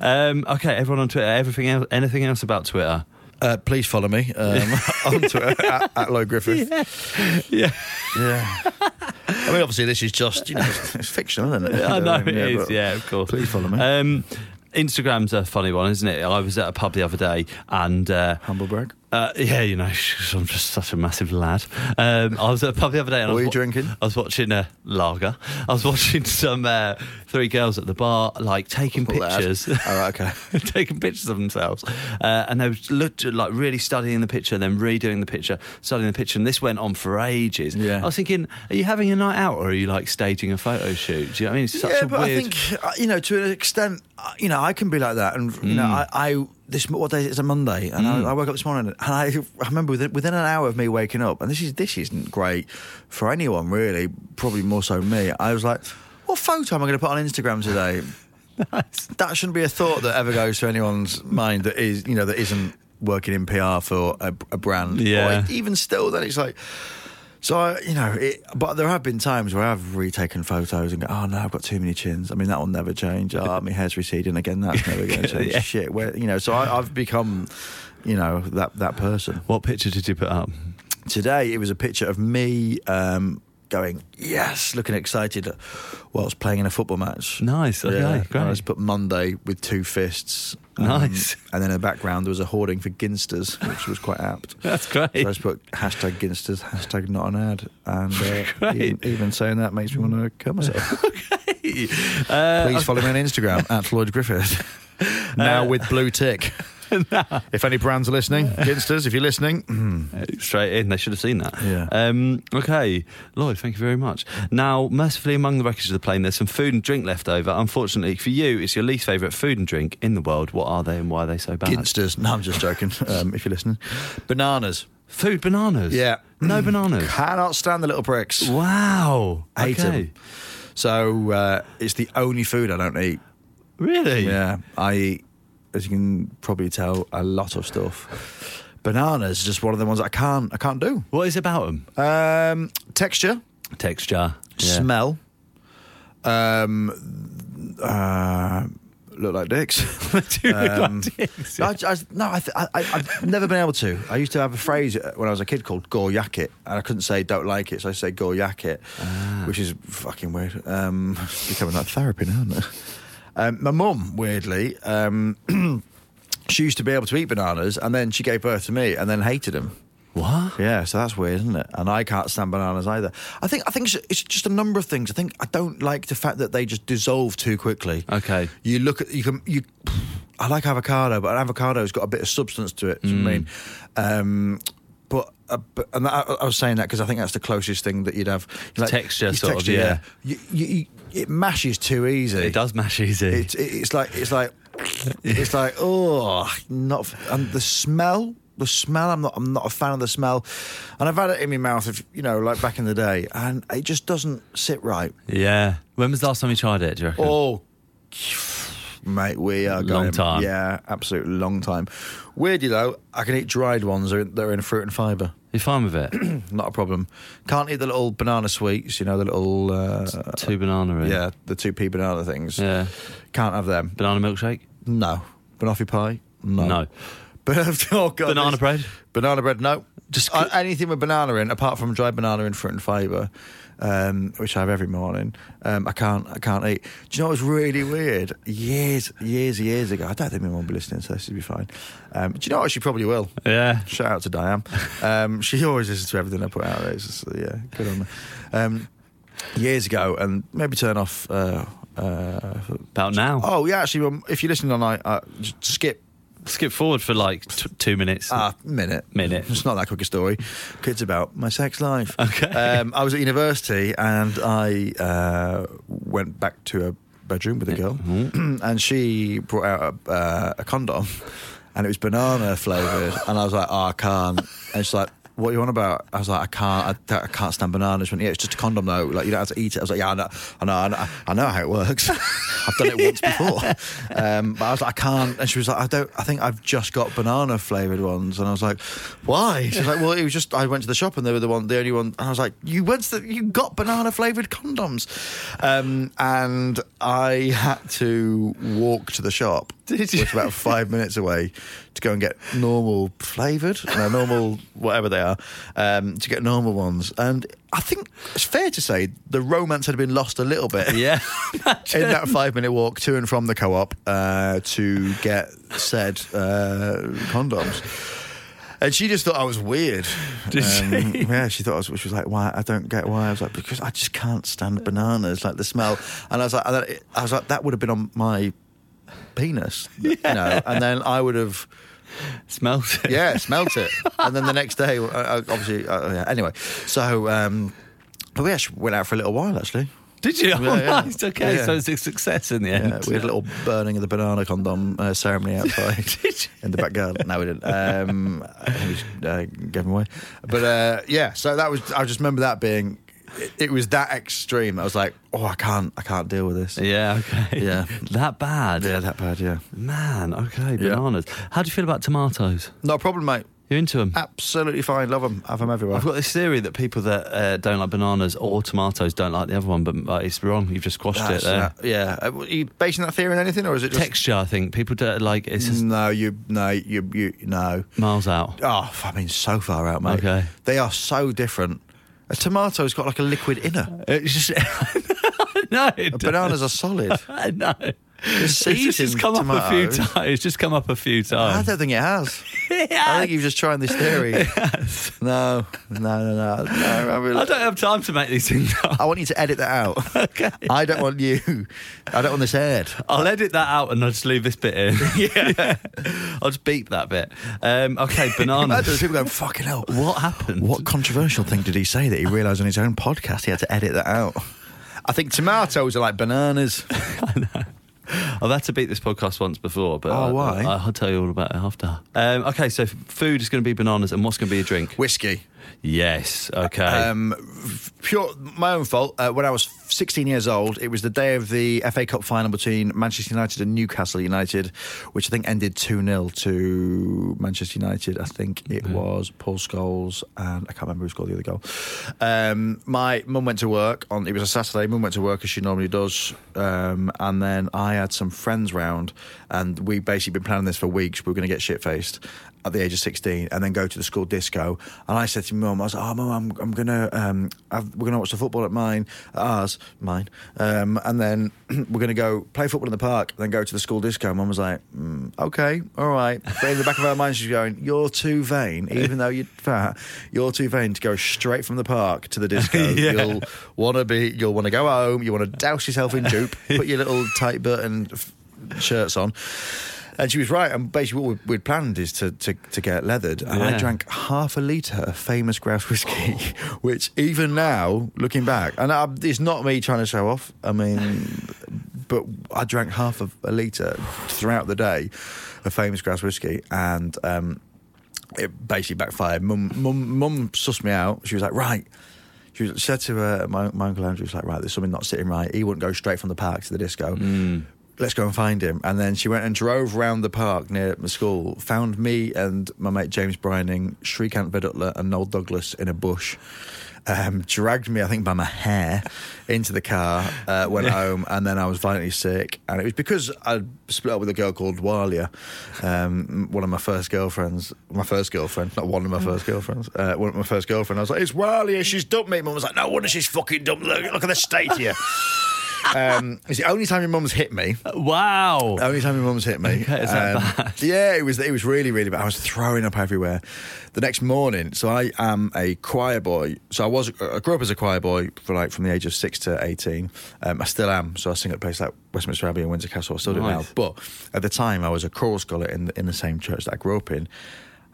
Um, okay, everyone on Twitter. Everything else, anything else about Twitter? Uh, please follow me um, [laughs] on Twitter at, at Low Griffith. [laughs] Yeah. Yeah, I mean, obviously, this is just you know, it's, it's fictional, isn't [laughs] [laughs] it? I know Um, it is. but- Yeah, of course. Please follow me. Um, Instagram's a funny one, isn't it? I was at a pub the other day and. Uh, Humble brag. uh, yeah, you know, [laughs] I'm just such a massive lad. Um, I was at a pub the other day. And What I was were you drinking? I was watching a lager. I was [laughs] watching some uh, three girls at the bar, like taking Lad. pictures. All right, okay. [laughs] taking pictures of themselves, uh, and they was- looked at, like really studying the picture, then redoing the picture, studying the picture, and this went on for ages. Yeah. I was thinking, are you having a night out, or are you like staging a photo shoot? Do you know what I mean? It's such yeah, a but weird. I think uh, you know to an extent, uh, you know, I can be like that, and you Hmm. know, I, I this what day is it? It's a Monday, and I, I woke up this morning, and I, I remember within, within an hour of me waking up, and this is this isn't great for anyone really, probably more so me. I was like, what photo am I going to put on Instagram today? [laughs] That shouldn't be a thought that ever goes to anyone's mind that is you know that isn't working in PR for a, a brand. Yeah. Or even still, then it's like. So I, you know, it, but there have been times where I've retaken photos and go, "Oh no, I've got too many chins." I mean, that will never change. Oh, my hair's receding again. That's never going to change. Yeah. Shit, where you know. So I, I've become, you know, that that person. What picture did you put up? Today it was a picture of me um, going, "Yes," looking excited, whilst playing in a football match. Nice, okay, great. And I just put Monday with two fists. um, Nice. And then in the background there was a hoarding for Ginsters, which was quite [laughs] apt. That's great. So I just put hashtag Ginsters, hashtag not an ad. And uh, [laughs] Great. even, even saying that makes me want to [laughs] kill myself. Uh, Please follow me on [laughs] Instagram at Lloyd Griffith. now with blue tick. If any brands [laughs] are listening, Ginsters, if you're listening, Uh, straight in. They should have seen that. Yeah. Um, okay, Lloyd, thank you very much. Now, mercifully, among the wreckage of the plane, there's some food and drink left over. Unfortunately for you, it's your least favourite food and drink in the world. What are they and why are they so bad? Ginsters. No, I'm just joking. Um, if you're listening, bananas. Food bananas. Yeah. No [clears throat] bananas. Cannot stand the little pricks. Wow. Hate 'em. Okay. So uh, it's the only food I don't eat. Really? Yeah, I eat, as you can probably tell, a lot of stuff. Bananas is just one of the ones I can't I can't do. What is about them? Um, texture, Texture. [laughs] smell, um, uh, look like dicks. [laughs] Um, I, I, no, I, th- I, I- I've never been able to. I used to have a phrase uh, when I was a kid called "gore yak it," and I couldn't say "don't like it," so I say Ah. [laughs] "gore yak it," which is fucking weird. Um, it's becoming like therapy now, isn't it? [laughs] Um, my mum, weirdly, um, [clears throat] she used to be able to eat bananas, and then she gave birth to me, and then hated them. What? Yeah, so that's weird, isn't it? And I can't stand bananas either. I think I think it's- it's just a number of things. I think I don't like the fact that they just dissolve too quickly. Okay. You look at you can you. I like avocado, but an avocado's got a bit of substance to it. do you know what Mm. I mean, um, but, uh, but and I, I was saying that because I think that's the closest thing that you'd have Texture, it's sort of, yeah. You, you, you, it mashes too easy. It does mash easy. It's it, it's like it's like it's like oh not f- and the smell the smell I'm not I'm not a fan of the smell and I've had it in my mouth if you know like back in the day and it just doesn't sit right yeah. When was the last time you tried it? Do you reckon? oh mate we are Long going time. yeah absolutely long time weirdly though I can eat dried ones that are in- that are in fruit and fibre You're fine with it. [clears throat] not a problem can't eat the little banana sweets you know the little uh, Two banana. In. yeah the two pea banana things Yeah. can't have them Banana milkshake. No. Banoffee pie? No. [laughs] No. But, oh God, Banana this- bread? Banana bread, no. Just- Just anything with banana in, apart from dried banana in fruit and fibre, um, which I have every morning. Um, I can't, I can't eat. Do you know what's really weird? Years, years, years ago. I don't think my mum will be listening, so this will be fine. Um, do you know what? She probably will. Yeah. Shout out [laughs] to Diane. Um, she always listens to everything I put out. It's just, yeah, good on her. Um, years ago, and maybe turn off. Uh, uh, About now. Oh yeah, actually, um, if you're listening on, I uh, just skip Skip forward for like t- two minutes. a minute. Minute. It's not that quick a story. It's about my sex life. Okay. Um, I was at university and I uh, went back to a bedroom with a girl, Mm-hmm. [clears throat] and she brought out a, uh, a condom, and it was banana flavored, and I was like, oh, I can't. And she's like. What are you on about? I was like, I can't, I, I can't stand bananas. She went, yeah, it's just a condom though. Like you don't have to eat it. I was like, yeah, I know, I know, I know, I know how it works. [laughs] I've done it once before. Um, but I was like, I can't. And she was like, I don't. I think I've just got banana flavored ones. And I was like, why? She's like, well, it was just I went to the shop and they were the one, the only one. And I was like, you went to the, you got banana flavored condoms, um, and I had to walk to the shop, which was about five minutes away, to go and get normal flavored, no, normal whatever they are, um, to get normal ones. And I think it's fair to say the romance had been lost a little bit yeah. [laughs] in that five minute walk to and from the co op uh, to get said uh, condoms. And she just thought I was weird. Um, Did she? Yeah, she thought I was. She was like, "Why? I don't get why." I was like, "Because I just can't stand bananas, like the smell." And I was like, and then- "I was like, that would have been on my penis, you know." And then I would have Smells it. yeah, smelt it. and then the next day, uh, uh, obviously, uh, yeah, anyway. So, um, but we actually went out for a little while, actually. Did you? Oh, Yeah, yeah. nice. Okay. Yeah. So [laughs] it's a success in the end. Yeah, Uh, we had a little burning of the banana condom uh, [laughs] ceremony outside in the back garden. No, we didn't. Um, I think we just, uh, gave them away. But uh, yeah, so that was. I just remember that being. It, it was that extreme. I was like, oh, I can't. I can't deal with this. Yeah, okay. Yeah. That bad. Yeah, that bad. Yeah, Man, okay, bananas. How do you feel about tomatoes? no problem, mate. You into them? Absolutely fine. Love them. Have them everywhere. Uh, I've got this theory that people that uh, don't like bananas or tomatoes don't like the other one, but uh, it's wrong. You've just squashed That's it there. that- yeah. Uh, Are you basing that theory on anything, or is it just Texture, I think. People don't like it's just No, you. No, you. You. No. miles out. Oh, I mean, so far out, mate. Okay. They are so different. A tomato's got like a liquid inner. It's just. [laughs] no. It Bananas are [laughs] solid. [laughs] I know. It's Just just, it's eating come up a few tomatoes. times. It's just come up a few I times. don't think it has. [laughs] I think you've just tried [laughs] this theory. No, no, no, no. no I, really- I don't have time to make these things up. I want you to edit that out. Okay. I don't want you. I don't want this aired. [laughs] I'll edit that out and I'll just leave this bit [laughs] in. [laughs] yeah. I'll just beep that bit. Um, [laughs] okay, Imagine bananas. people going, fucking hell. what happened? [laughs] What controversial thing did he say that he realised on his own podcast he had to edit that out? I think tomatoes are like bananas. I've had to beat this podcast once before, but Oh, I, why? I, will tell you all about it after. Um, okay, so f- food is going to be bananas, and what's going to be a drink? Whiskey. Yes. Okay. Um, f- pure my own fault. Uh, when I was 16 years old, it was the day of the FA Cup final between Manchester United and Newcastle United, which I think ended 2 0 to Manchester United. I think it was Paul Scholes and I can't remember who scored the other goal. Um, my mum went to work on it was a Saturday. Mum went to work as she normally does, um, and then I had some friends round, and we basically been planning this for weeks. We were going to get shit faced, at the age of 16 and then go to the school disco. And I said to my mum, I was like, oh, mum, I'm, I'm going to, um, have- we're going to watch the football at mine, at ours, mine. Um, and then [clears throat] we're going to go play football in the park, then go to the school disco. Mum was like, mm, okay, all right. But in the back of her mind, she's going, you're too vain, even though you're fat, you're too vain to go straight from the park to the disco. Yeah. You'll want to be, you'll want to go home, you want to douse yourself in jupe, put your little tight Burton f- shirts on. And she was right. And basically, what we'd, we'd planned is to, to, to get leathered. And I Yeah. drank half a litre of famous grouse whiskey, [laughs] which even now, looking back, and I, it's not me trying to show off. I mean, but I drank half of a litre throughout the day of famous grouse whiskey. And um, it basically backfired. Mum, mum, mum sussed me out. She was like, right. She, was, she said to uh, my, my uncle Andrew, she was like, right, there's something not sitting right. He wouldn't go straight from the park to the disco. Let's go and find him. And then she went and drove round the park near the school, found me and my mate James Brining, Shrikant Vedutla, and Noel Douglas in a bush. Um, dragged me, I think, by my hair into the car, uh, went home, and then I was violently sick. And it was because I split up with a girl called Walia, um, one of my first girlfriends, my first girlfriend, not one of my first girlfriends, uh, one of my first girlfriend. I was like, it's Walia, she's dumped me. Mum was like, no wonder she's fucking dumped. Look, look at the [laughs] state here. um, it's the only time your mum's hit me. Wow. Only time my mum's hit me. um, is that [laughs] Yeah, it was. It was really, really bad. I was throwing up everywhere. The next morning, so I am a choir boy. So I was. I grew up as a choir boy for like from the age of six to eighteen. Um, I still am. So I sing at places like Westminster Abbey and Windsor Castle. I still do it now. Nice. But at the time, I was a choral scholar in the, in the same church that I grew up in.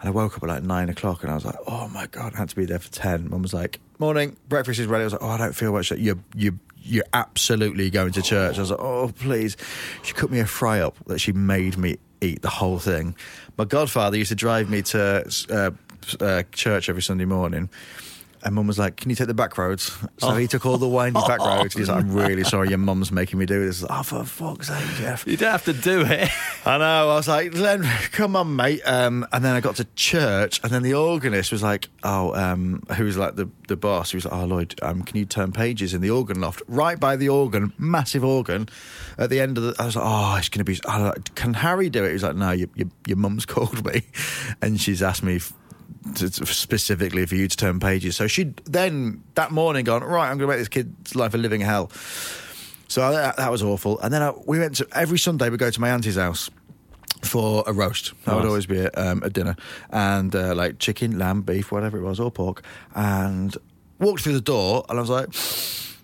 And I woke up at like nine o'clock and I was like, oh my God, I had to be there for 10. Mum was like, morning, breakfast is ready. I was like, oh, I don't feel well. She's like, you're, you you're absolutely going to church. I was like, oh, please. She cooked me a fry up that she made me eat the whole thing. My godfather used to drive me to uh, uh, church every Sunday morning. And mum was like, "Can you take the back roads?" So he took all the windy back roads. He's like, "I'm really sorry, your mum's making me do this." I was like, oh, for fuck's sake, Jeff! You don't have to do [laughs] it. I know. I was like, Len, come on, mate. Um, and then I got to church, and then the organist was like, oh, um, who was like the, the boss? He was like, oh, Lloyd, um, can you turn pages in the organ loft? Right by the organ, massive organ. At the end of the, I was like, oh, it's going to be, I was like, can Harry do it? He was like, no, your, your, your mum's [laughs] called me, and she's asked me. If, to, to- specifically for you to turn pages. So she then that morning gone right. I'm going to make this kid's life a living hell. So that, that was awful. And then I, we went to every Sunday we go to my auntie's house for a roast. That would Nice. always be a, um, a dinner and uh, like chicken, lamb, beef, whatever it was, or pork. And walked through the door and I was like,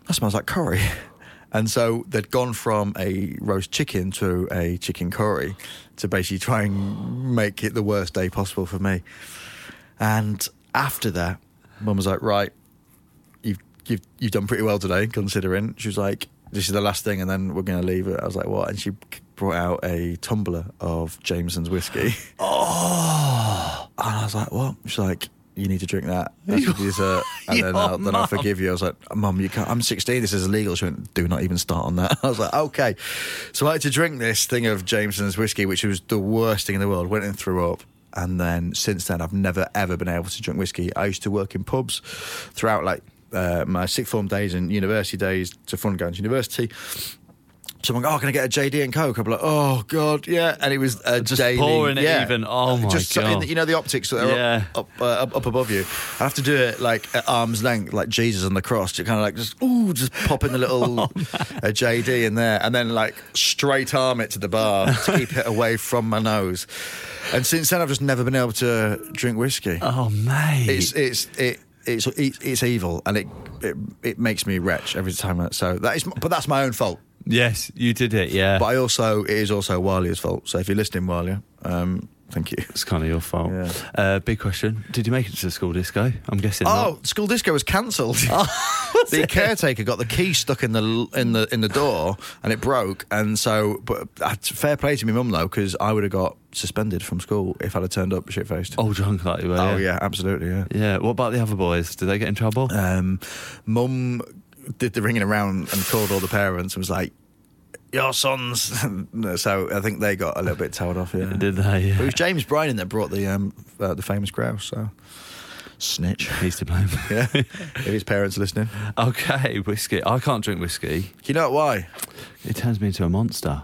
that smells like curry. [laughs] And so they'd gone from a roast chicken to a chicken curry to basically try and make it the worst day possible for me. And after that, mum was like, right, you've, you've you've done pretty well today, considering. She was like, "This is the last thing, and then we're going to leave it." I was like, "What?" And she brought out a tumbler of Jameson's whiskey. [laughs] Oh, and I was like, "What?" She's like, "You need to [laughs] drink that as your dessert, and then, Your I'll, then I'll mum. forgive you." I was like, "Mum, you can't. I'm 16. This is illegal." She went, "Do not even start on that." [laughs] I was like, "Okay." So I had to drink this thing of Jameson's whiskey, which was the worst thing in the world. Went and threw up. And then since then, I've never ever been able to drink whiskey. I used to work in pubs throughout like uh, my sixth form days and university days to fun going to university. Someone go, oh, can I get a JD and Coke? I'm like, oh god, yeah. And it was a Just daily, pouring it yeah. even. Oh, my just so- God. you know the optics that are Yeah. up up, uh, up up above you. I have to do it like at arm's length, like Jesus on the cross. You kind of like just ooh, just popping [laughs] the little Oh, uh, JD in there, and then like straight arm it to [laughs] the bar to keep it away from my nose. And since then, I've just never been able to drink whiskey. Oh, mate. It's it's it. It's, it- it's evil and it, it it makes me wretch every time. I- So that is, but that's my own fault. yes, you did it, yeah. But I also it is also Walia's fault. So if you're listening, Walia, um, thank you. it's kind of your fault. Yeah. Uh, big question. Did you make it to the school disco? I'm guessing Oh, school disco was cancelled. Oh, [laughs] the caretaker got the key stuck in the in the in the door, and it broke. And so, but uh, fair play to my mum though, because I would have got suspended from school if I'd have turned up shit faced. not. Oh, drunk like you were. oh yeah, absolutely, yeah. Yeah. What about the other boys? Did they get in trouble? um, mum did the ringing around and called all the parents and was like, "Your sons." [laughs] so I think they got a little bit told off. Yeah, Did they? But [laughs] it Yeah. was James Bryan that brought the um, uh, the famous grouse. So [laughs] snitch. He's to blame. yeah, if his parents are listening, okay, whiskey. I can't drink whiskey. you know why? [laughs] It turns me into a monster.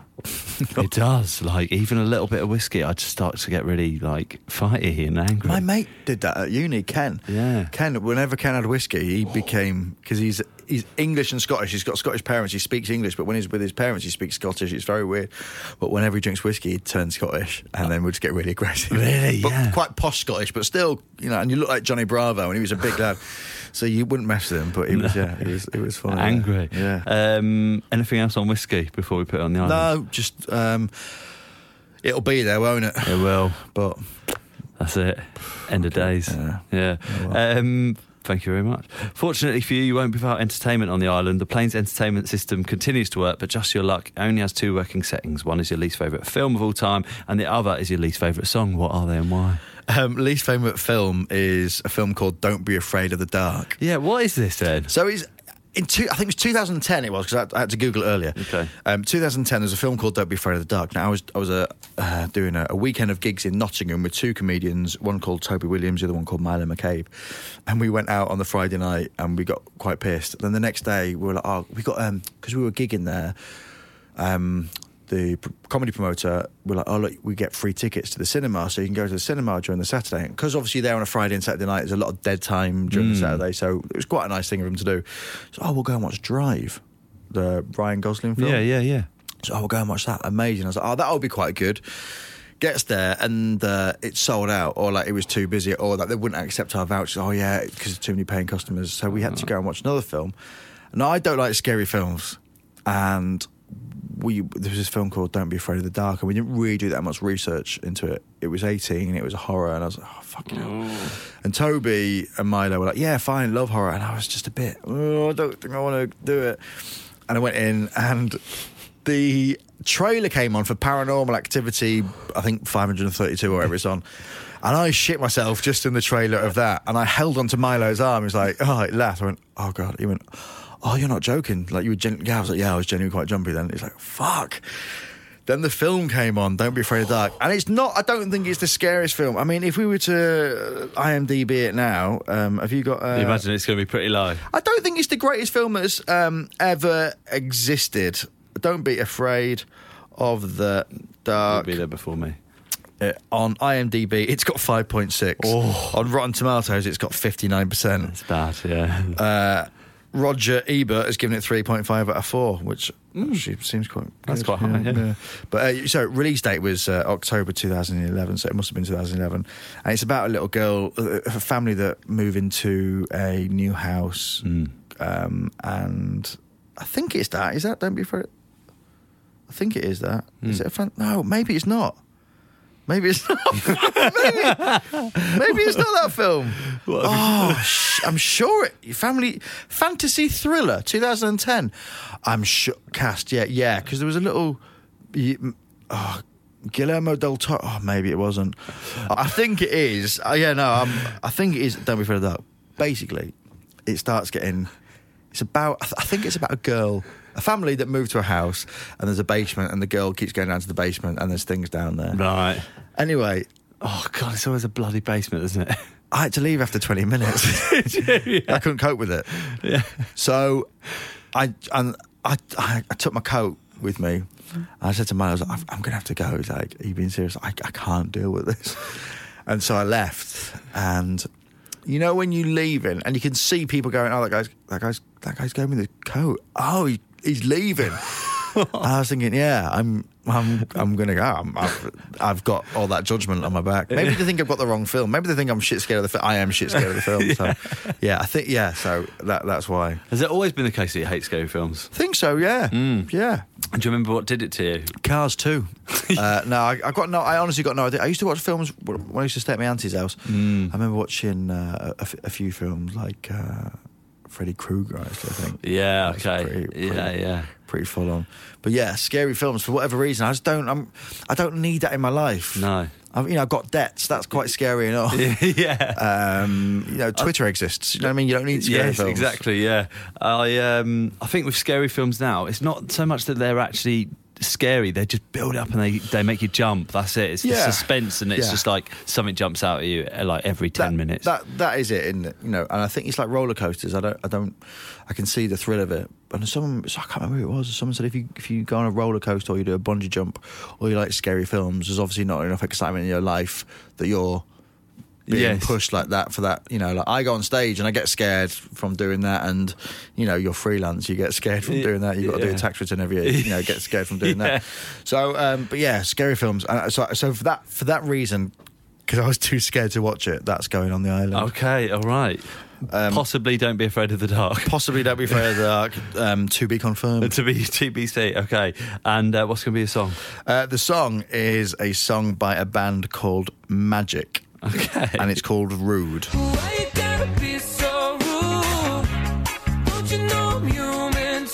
It does. Like even a little bit of whiskey, I just start to get really like fighty and angry. My mate did that at uni, Ken. Yeah. Ken, whenever Ken had whiskey, he became because he's he's English and Scottish. He's got Scottish parents. He speaks English, but when he's with his parents, he speaks Scottish. It's very weird. But whenever he drinks whiskey, he turns Scottish, and then we just get really aggressive. Really? But Yeah. [laughs] quite posh Scottish, but still, you know. And you look like Johnny Bravo, and he was a [laughs] big lad, so you wouldn't mess with him. But he was, yeah, it was, it was funny. yeah. angry. Yeah. Um, anything else on whiskey before we put it on the island? no, just um, it'll be there, won't it? It will. But That's it. End of days. Yeah. Yeah. Oh, Um, thank you very much. Fortunately for you, you won't be without entertainment on the island. The plane's entertainment system continues to work, but just your luck only has two working settings. One is your least favourite film of all time, and the other is your least favourite song. What are they and why? Um, least favourite film is a film called Don't Be Afraid of the Dark. Yeah, what is this then? So he's in two, I think it was 2010. It was because I, I had to Google it earlier. Okay. Um, 2010. There's a film called Don't Be Afraid of the Dark. Now I was I was uh, uh, doing a, a weekend of gigs in Nottingham with two comedians, one called Toby Williams, the other one called Milo McCabe, and we went out on the Friday night and we got quite pissed. Then the next day we were like, oh, we got um because we were gigging there um, the p- comedy promoter were like, oh, look, we get free tickets to the cinema, so you can go to the cinema during the Saturday. Because obviously they're on a Friday and Saturday night, there's a lot of dead time during Mm. the Saturday, so it was quite a nice thing for them to do. So, oh, we'll go and watch Drive, the Ryan Gosling film. Yeah, yeah, yeah. So, oh, we'll go and watch that. Amazing. I was like, oh, that'll be quite good. Gets there and uh, it's sold out, or like it was too busy, or like they wouldn't accept our vouchers. Oh, yeah, because too many paying customers. So we Mm. had to go and watch another film. Now, I don't like scary films. And we there was this film called Don't Be Afraid of the Dark, and we didn't really do that much research into it. It was 18 and it was a horror, and I was like, oh, fucking hell. And Toby and Milo were like, yeah, fine, love horror. And I was just a bit, oh, I don't think I want to do it. And I went in, and the trailer came on for Paranormal Activity, I think 532 or whatever it's on. And I shit myself just in the trailer of that. And I held onto Milo's arm. He was like, oh, it laughed. I went, oh, God. He went, oh, you're not joking. Like, you were, gen-. yeah, I was like, yeah, I was genuinely quite jumpy then. He's like, fuck. Then the film came on, Don't Be Afraid of the Dark. And it's not, I don't think it's the scariest film. I mean, if we were to uh, IMDb it now, um, have you got. Uh, I imagine it's going to be pretty low. I don't think it's the greatest film that's um, ever existed. Don't be afraid of the It'll dark. be there before me. Uh, on IMDb, it's got 5.6. Oh. On Rotten Tomatoes, it's got 59%. It's bad, yeah. Uh, Roger Ebert has given it 3.5 out of 4, which actually seems quite Mm. That's good. quite high, yeah. But uh, so release date was uh, October 2011, so it must have been 2011. And it's about a little girl, uh, a family that move into a new house. Mm. Um, and I think it's that. Is that? Don't be afraid. I think it is that. Is Hmm. it a fan? No, maybe it's not. Maybe it's not. maybe, [laughs] maybe it's not that film. Oh, sh- I'm sure it. Family fantasy thriller, 2010. I'm sure cast. Yeah, yeah, because there was a little. y- m- Oh, Guillermo del Toro. Oh, maybe it wasn't. I think it is. Oh, yeah, no, I'm, I think it is. Don't be afraid of that. Basically, it starts getting. It's about. I, th- I think it's about a girl, a family that moved to a house, and there's a basement, and the girl keeps going down to the basement, and there's things down there. Right. Anyway, Oh, God, it's always a bloody basement, isn't it? I had to leave after [laughs] 20 minutes. [laughs] I couldn't cope with it. Yeah. So I and I, I, I took my coat with me. I said to Milo, I was like, "I'm- I'm going to have to go. He's like, are you being serious? I, I can't deal with this. [laughs] And so I left. And you know when you leaving and you can see people going, oh, that guy's, that guy's, that guy's gave me the coat. Oh, he, [laughs] he's leaving. and [laughs] I was thinking, yeah, I'm, I'm, I'm going to go. I'm, I've, I've got all that judgment on my back. Maybe they think I've got the wrong film. Maybe they think I'm shit scared of the film. I am shit scared of the film. So yeah, I think, yeah. So that, that's why. Has it always been the case that you hate scary films? Think so, yeah. Yeah. Do you remember what did it to you? Cars [laughs] too. uh, no, I, I got no. I honestly got no idea. I used to watch films when I used to stay at my auntie's house. Mm. I remember watching uh, a, f- a few films like uh, Freddy Krueger. Actually, I think. Yeah, That's okay. pretty- yeah, pretty- yeah. Pretty full on. But yeah, scary films for whatever reason. I just don't. I'm. I don't need that in my life. No. I've, you know, I've got debts. That's quite scary enough. [laughs] [laughs] yeah. Um, you know, Twitter exists. You know what I mean? You don't need scary yes, films. exactly. Yeah, I um, I think with scary films now, it's not so much that they're actually it's scary. They just build up and they, they make you jump. That's it. It's the Yeah. suspense, and it's Yeah. just like something jumps out at you uh, like every ten that, minutes. That that is it, and you know, and I think it's like roller coasters. I don't, I don't, I can see the thrill of it. And someone, I can't remember who it was. Someone said if you if you go on a roller coaster or you do a bungee jump or you like scary films, there's obviously not enough excitement in your life that you're being Yes. pushed like that for that. You know, like I go on stage and I get scared from doing that, and you know, you're freelance, you get scared from Yeah. doing that. You've got to do Yeah. a tax return every year. You know, get scared [laughs] from doing Yeah. that. [laughs] So, um, but yeah, scary films. And uh, so, so for that for that reason, because I was too scared to watch it, that's going on the island. okay, all right. Um, Possibly don't be afraid of the dark. Possibly don't be afraid of the dark. Um, to be [laughs] confirmed. to be TBC. Okay, and uh, what's going to be a song? [laughs] Uh, the song is a song by a band called Magic, Okay, and it's called Rude. Why you gotta be so rude? Don't you know I'm human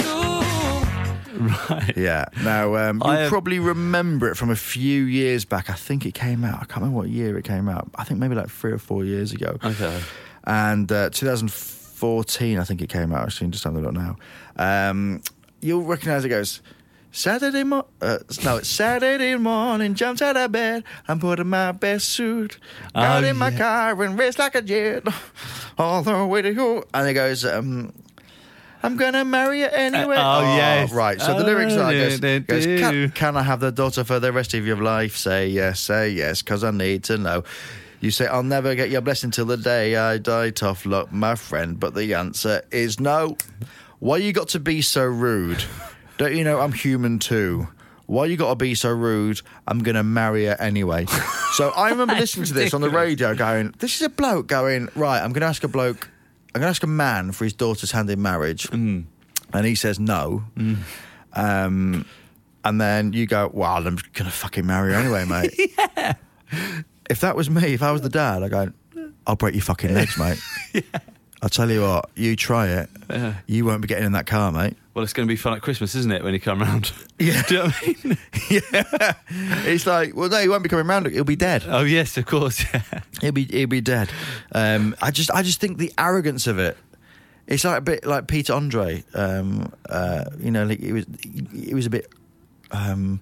too? [laughs] Yeah. Now um, you I have- probably remember it from a few years back. I think it came out. I can't remember what year it came out. I think maybe like three or four years ago. Okay. And uh, 2014, I think it came out. Actually, just having a look now. Um, you'll recognise it goes. Saturday mo- uh, no, it's Saturday morning. Jumps out of bed. I'm putting my best suit. Got Oh, in my yeah. car and race like a jet, [laughs] all the way to you. And it goes. Um, I'm gonna marry you anyway. Uh, oh, yes. Right. So the lyrics Oh, are do, goes, do, goes, do." can, can I have the daughter for the rest of your life? Say yes, say yes, because I need to know. You say, I'll never get your blessing till the day I die. Tough luck, my friend. But the answer is no. Why you got to be so rude? Don't you know I'm human too? Why you got to be so rude? I'm going to marry her anyway. So I remember listening to this on the radio going, this is a bloke going, right, I'm going to ask a bloke, I'm going to ask a man for his daughter's hand in marriage. And he says no. Um, and then you go, well, I'm going to fucking marry her anyway, mate. If that was me, if I was the dad, I'd go, I'll break your fucking legs, mate. I'll tell you what, you try it. You won't be getting in that car, mate. Well, it's going to be fun at Christmas, isn't it? When you come round. [laughs] Yeah. Do you know what I mean? [laughs] yeah. It's like, well, no, he won't be coming round. He'll be dead. Oh yes, of course. Yeah. He'll be he'll be dead. Um, I just I just think the arrogance of it. It's like a bit like Peter Andre. Um, uh, you know, like it was it was a bit. Um,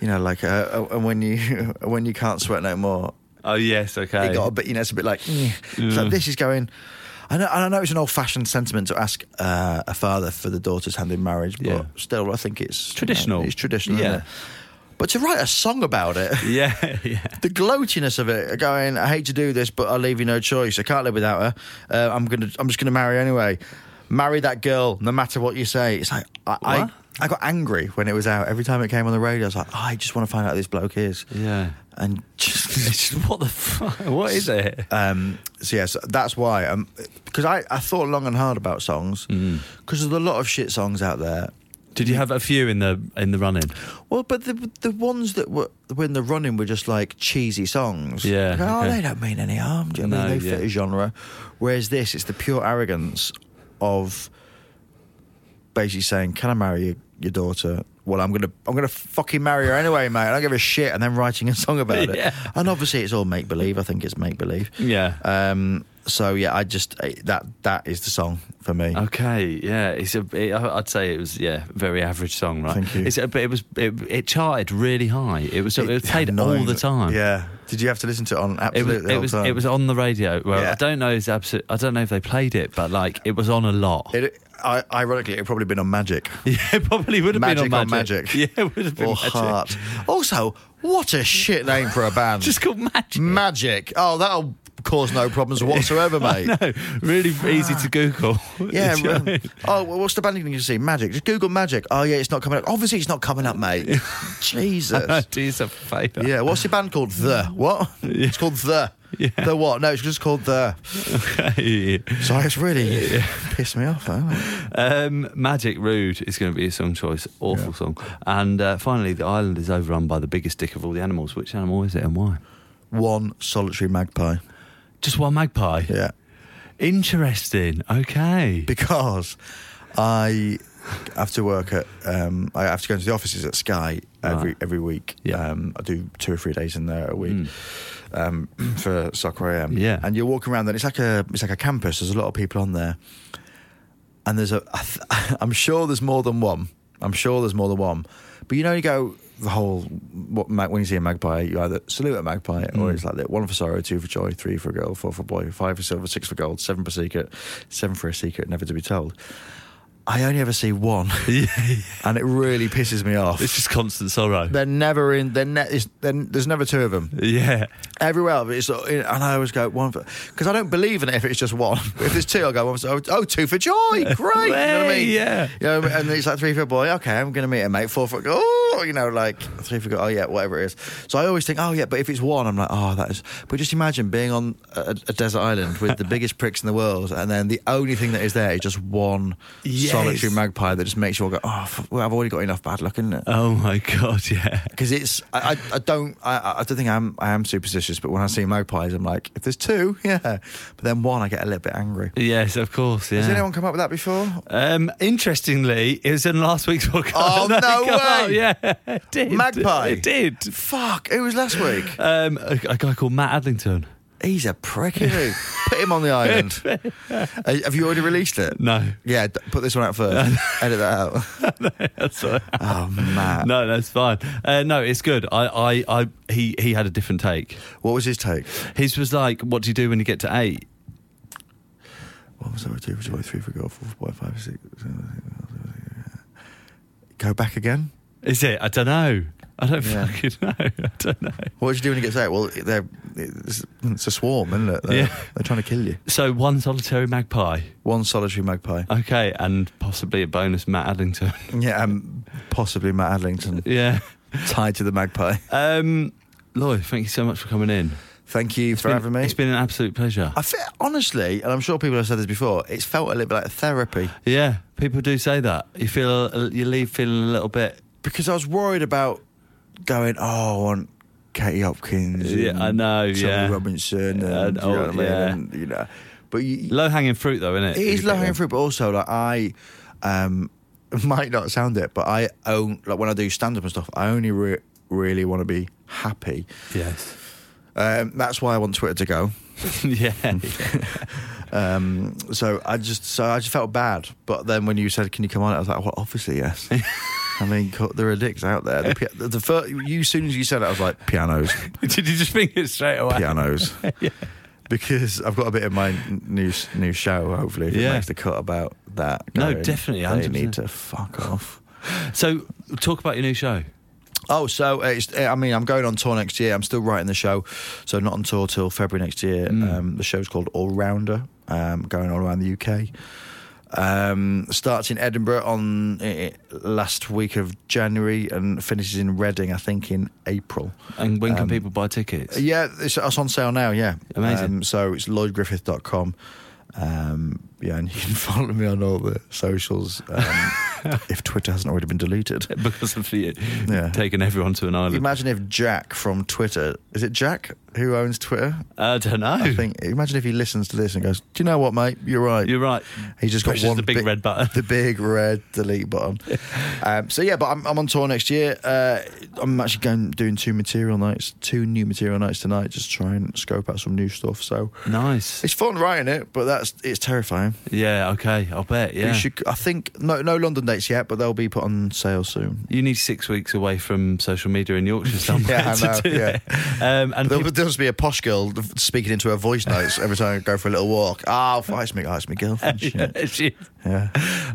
you know, like uh, uh, when you [laughs] when you can't sweat no more. Oh yes. Okay. It got a bit, you know, it's a bit like, eh. it's Yeah. like this is going. I know, and I know it's an old-fashioned sentiment to ask uh, a father for the daughter's hand in marriage, but Yeah. still, I think it's Traditional. it's traditional, Yeah. isn't it? But to write a song about it, [laughs] [laughs] yeah. Yeah. the gloatiness of it, going, I hate to do this, but I'll leave you no choice. I can't live without her. Uh, I'm gonna, I'm just gonna marry her anyway. Marry that girl, no matter what you say. It's like I, I, What? I got angry when it was out. Every time it came on the radio, I was like, "Oh, I just want to find out who this bloke is. Yeah. and [laughs] just It's just, what the fuck? What is it? um, so yes, that's why. Um, because I, I thought long and hard about songs Mm-hmm. because there's a lot of shit songs out there. Did you have a few in the in the running? Well, but the the ones that were when they're running were just like cheesy songs. Yeah, You go, oh, okay. they don't mean any harm. Do you know what I mean? No, They yeah. fit a genre. Whereas this, it's the pure arrogance of basically saying, "Can I marry your, your daughter?" Well, I'm gonna I'm gonna fucking marry her anyway, mate. I don't give a shit. And then writing a song [laughs] about Yeah. it. And obviously, it's all make believe. I think it's make believe. Yeah. Um. So yeah, I just I- that that is the song for me. Okay, yeah, it's a. It, I- I'd say it was yeah, very average song, right? Thank you. It's a, but it was it, it charted really high. It was it, was played all annoying. the time. Yeah. Did you have to listen to it on It absolutely was it all was the time? it was on the radio. Well, Yeah. I don't know. Is absolute. I don't know if they played it, but like it was on a lot. It, I, ironically, it'd probably been on Magic. [laughs] yeah, it probably would have Magic been on on magic. Magic. [laughs] Yeah, it would have been or magic. Heart. Also, what a shit name for a [laughs] band. Just called magic. Magic. Oh, that'll cause no problems [laughs] whatsoever, mate. no, really easy to Google. [laughs] Yeah. Do you know what I um, mean? oh, well, what's the band you can see? Magic. Just Google Magic. Oh, yeah, it's not coming up. Obviously, it's not coming [laughs] up, mate. Jesus. do yourself a favour. Yeah. What's the band [laughs] called? The what? It's called the. Yeah. The what? No, it's just called the. [laughs] Okay. So it's really pissed me off. hasn't it? Um, Magic Rude is going to be a song choice. Awful song. And uh, finally, the island is overrun by the biggest dick of all the animals. Which animal is it and why? One solitary magpie. Just one magpie. Yeah. Interesting. Okay. because I have to work at um, I have to go into the offices at Sky every Right. every week. Yeah. Hmm. Um, I do two or three days in there a week um, [clears throat] for soccer AM. Yeah. and you're walking around and it's like a it's like a [laughs] campus. There's a lot of people on there, and there's a I th- I'm sure there's more than one. I'm sure there's more than one. But you know, you go the whole what mag, when you see a magpie, you either salute a magpie or Mm. it's like that one for sorrow, two for joy, three for girl, four for boy, five for silver, six for gold, seven for secret, seven for a secret never to be told. I only ever see [laughs] one, and it really pisses me off. It's just constant sorrow. They're never in. They're ne- it's, they're, there's never two of them Yeah. everywhere. But it's uh, and I always go one for because I don't believe in it if it's just one. [laughs] If there's two, I'll go one for oh, oh two for joy, great. you know what I Hey, mean? yeah. You know, and it's like three for boy. Okay, I'm gonna meet a mate. Four for oh, you know, like three for oh yeah, whatever it is. So I always think oh yeah, but if it's one, I'm like oh that is. But just imagine being on a, a desert island with the biggest pricks in the world, and then the only thing that is there is just one Yes. solitary magpie that just makes you all go oh f- well, I've already got enough bad luck, isn't it? Oh my god. Yeah. because it's I, I, I don't I, I don't think I'm I am superstitious, but when I see magpies, I'm like, if there's two, yeah, but then one, I get a little bit angry. Yes, of course. Yeah. Has anyone come up with that before? Um, interestingly, it was in last week's podcast. [laughs] Oh, that no it got way. out. Yeah, [laughs] it did. Magpie. It did. Fuck, who was last week? Um, a, a guy called Matt Adlington. He's a prick, isn't he? Put him on the island. Uh, have you already released it? No. Yeah, d- put this one out first. Edit that out. That's all right. Oh man, No, that's fine. Uh, no, it's good. I, I, I, he, he had a different take. what was his take? His was like, "What do you do when you get to eight? What was that? Two for joy, three for gold, four for boy, five, six. seven, eight, nine, ten, eleven, Go back again. Is it? I don't know. I don't Yeah. fucking [laughs] know. I don't know. What do you do when it gets out? Well, they're, it's, it's a swarm, isn't it? They're, Yeah. they're trying to kill you. So one solitary magpie. One solitary magpie. Okay, and possibly a bonus Matt Adlington. Yeah, um, possibly Matt Adlington [laughs] yeah. tied to the magpie. Um, Lloyd, thank you so much for coming in. Thank you for Been- having me. It's been an absolute pleasure. I feel, honestly, and I'm sure people have said this before, it's felt a little bit like therapy yeah, people do say that. You feel you leave feeling a little bit. because I was worried about going, oh, I want Katie Hopkins. Yeah, and I know, Tommy yeah. Robinson. Yeah, and- And, you know what I oh, mean? yeah. And, you know, but you, Low hanging fruit, though, isn't it? It is low hanging fruit, but also like I um, [laughs] might not sound it, but I own like when I do stand up and stuff, I only re- really want to be happy. Yes. [laughs] Um, that's why I want Twitter to go. yeah. [laughs] Um, so I just so I just felt bad, but then when you said, "Can you come on?" I was like, "Well, obviously yes." [laughs] I mean, co- there are dicks out there. The, pi- the, the fir- you as soon as you said it, I was like, "Pianos, Did you just think it straight away? [laughs] pianos," because I've got a bit in my n- new s- new show. Hopefully, if it Yeah. makes the cut about that. No, going, definitely, They 100%. need to fuck off. So, talk about your new show. Oh, so uh, it's, uh, I mean, I'm going on tour next year. I'm still writing the show, so not on tour till February next year. Um, the show's called All Rounder, um, going all around the UK. Um, starts in Edinburgh on uh, last week of January and finishes in Reading, I think, in April. And when Um, can people buy tickets? Yeah, it's, it's on sale now. Yeah, Amazing. Um, so it's lloydgriffith.com. Um, yeah, and you can [laughs] follow me on all the socials um, if Twitter hasn't already been deleted. [laughs] Because of you Yeah. taking everyone to an island. Imagine if Jack from Twitter, is it Jack who owns Twitter? I don't know. I think. Imagine if he listens to this and goes, "Do you know what, mate? You're right. You're right. He just got Pushes one the big bi- red button. [laughs] the big red delete button. um, so yeah, but I'm, I'm on tour next year. Uh, I'm actually going doing two material nights, two new material nights tonight, just to try and scope out some new stuff. So Nice. it's fun writing it, but that's it's terrifying. Yeah. Okay. I'll bet. You Yeah. should, I think no no London dates yet, but they'll be put on sale soon. You need six weeks away from social media in [laughs] Yorkshire somewhere Yeah, I to know, do yeah. that. Um, and There'll, people- there'll just be a posh girl speaking into her voice notes every time I go for a little walk. Oh, f- it's me, oh, it's [laughs] me girlfriend. Shit. Shit. Yeah.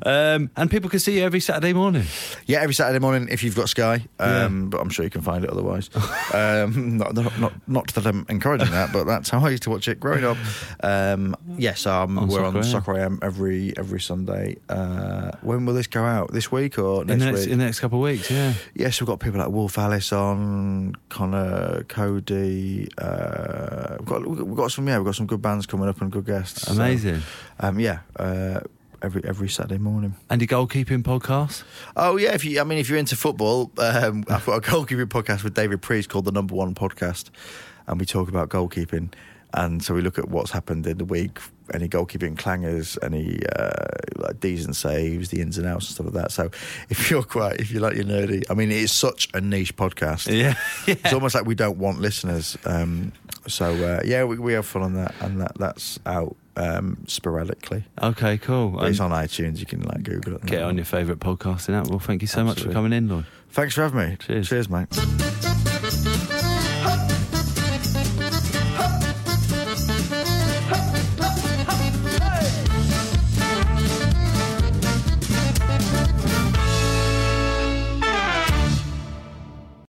Um, and people can see you every Saturday morning. Yeah, every Saturday morning if you've got Sky, um, but I'm sure you can find it [laughs] otherwise. um, not, not, not, not that I'm encouraging that, but that's how I used to watch it growing up. Um, yes, um, On we're Soccer on AM. Soccer AM every every Sunday. Uh, when will this go out? This week or In next the, next, week? in the next couple of weeks, yeah. Yes, we've got people like Wolf Alice on, Connor, Cody. Uh, we've got we've got some yeah, we've got some good bands coming up and good guests. so, Amazing. um, yeah, uh, every every Saturday morning. And your goalkeeping podcast? Oh yeah, if you I mean if you're into football, um, [laughs] I've got a goalkeeping podcast with David Priest called the Number One Podcast, and we talk about goalkeeping. And so we look at what's happened in the week, any goalkeeping clangers, any uh, like decent saves, the ins and outs and stuff like that. So if [laughs] you're quite, if you like your nerdy, I mean, it is such a niche podcast. Yeah. It's almost like we don't want listeners. Um, so uh, yeah, we, we have fun on that, and that that's out um, sporadically. [laughs] Okay, cool. But it's And on iTunes. You can like Google it. get it on your favourite podcasting app. Well, thank you so much for Absolutely. coming in, Lloyd. Thanks for having me. Cheers. Cheers, mate.